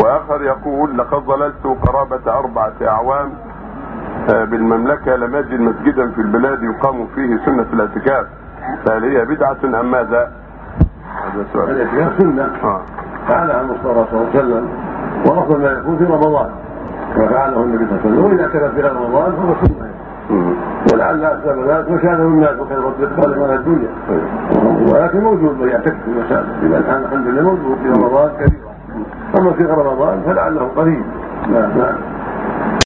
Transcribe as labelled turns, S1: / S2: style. S1: الآخر يقول لقد ظللت قرابة أربعة أعوام آه، بالمملكة لم أجد مسجدا في البلاد يقام فيه سنة الاعتكاف فهل هي بدعة أم ماذا؟ هذا سؤال
S2: الاعتكاف سنه
S1: آه.
S2: فعلها المصطفى صلى الله عليه وسلم وافضل ما يكون في رمضان كما فعله النبي صلى الله عليه وسلم واذا كان في رمضان فهو سنه
S1: مم.
S2: ولعل اسباب ذلك مشاهده الناس وكثره الاقبال على الدنيا
S1: طيب.
S2: ولكن موجود من يعتكف في المساجد الى الان الحمد لله موجود في رمضان كثيرا اما في رمضان فلعله قليل نعم نعم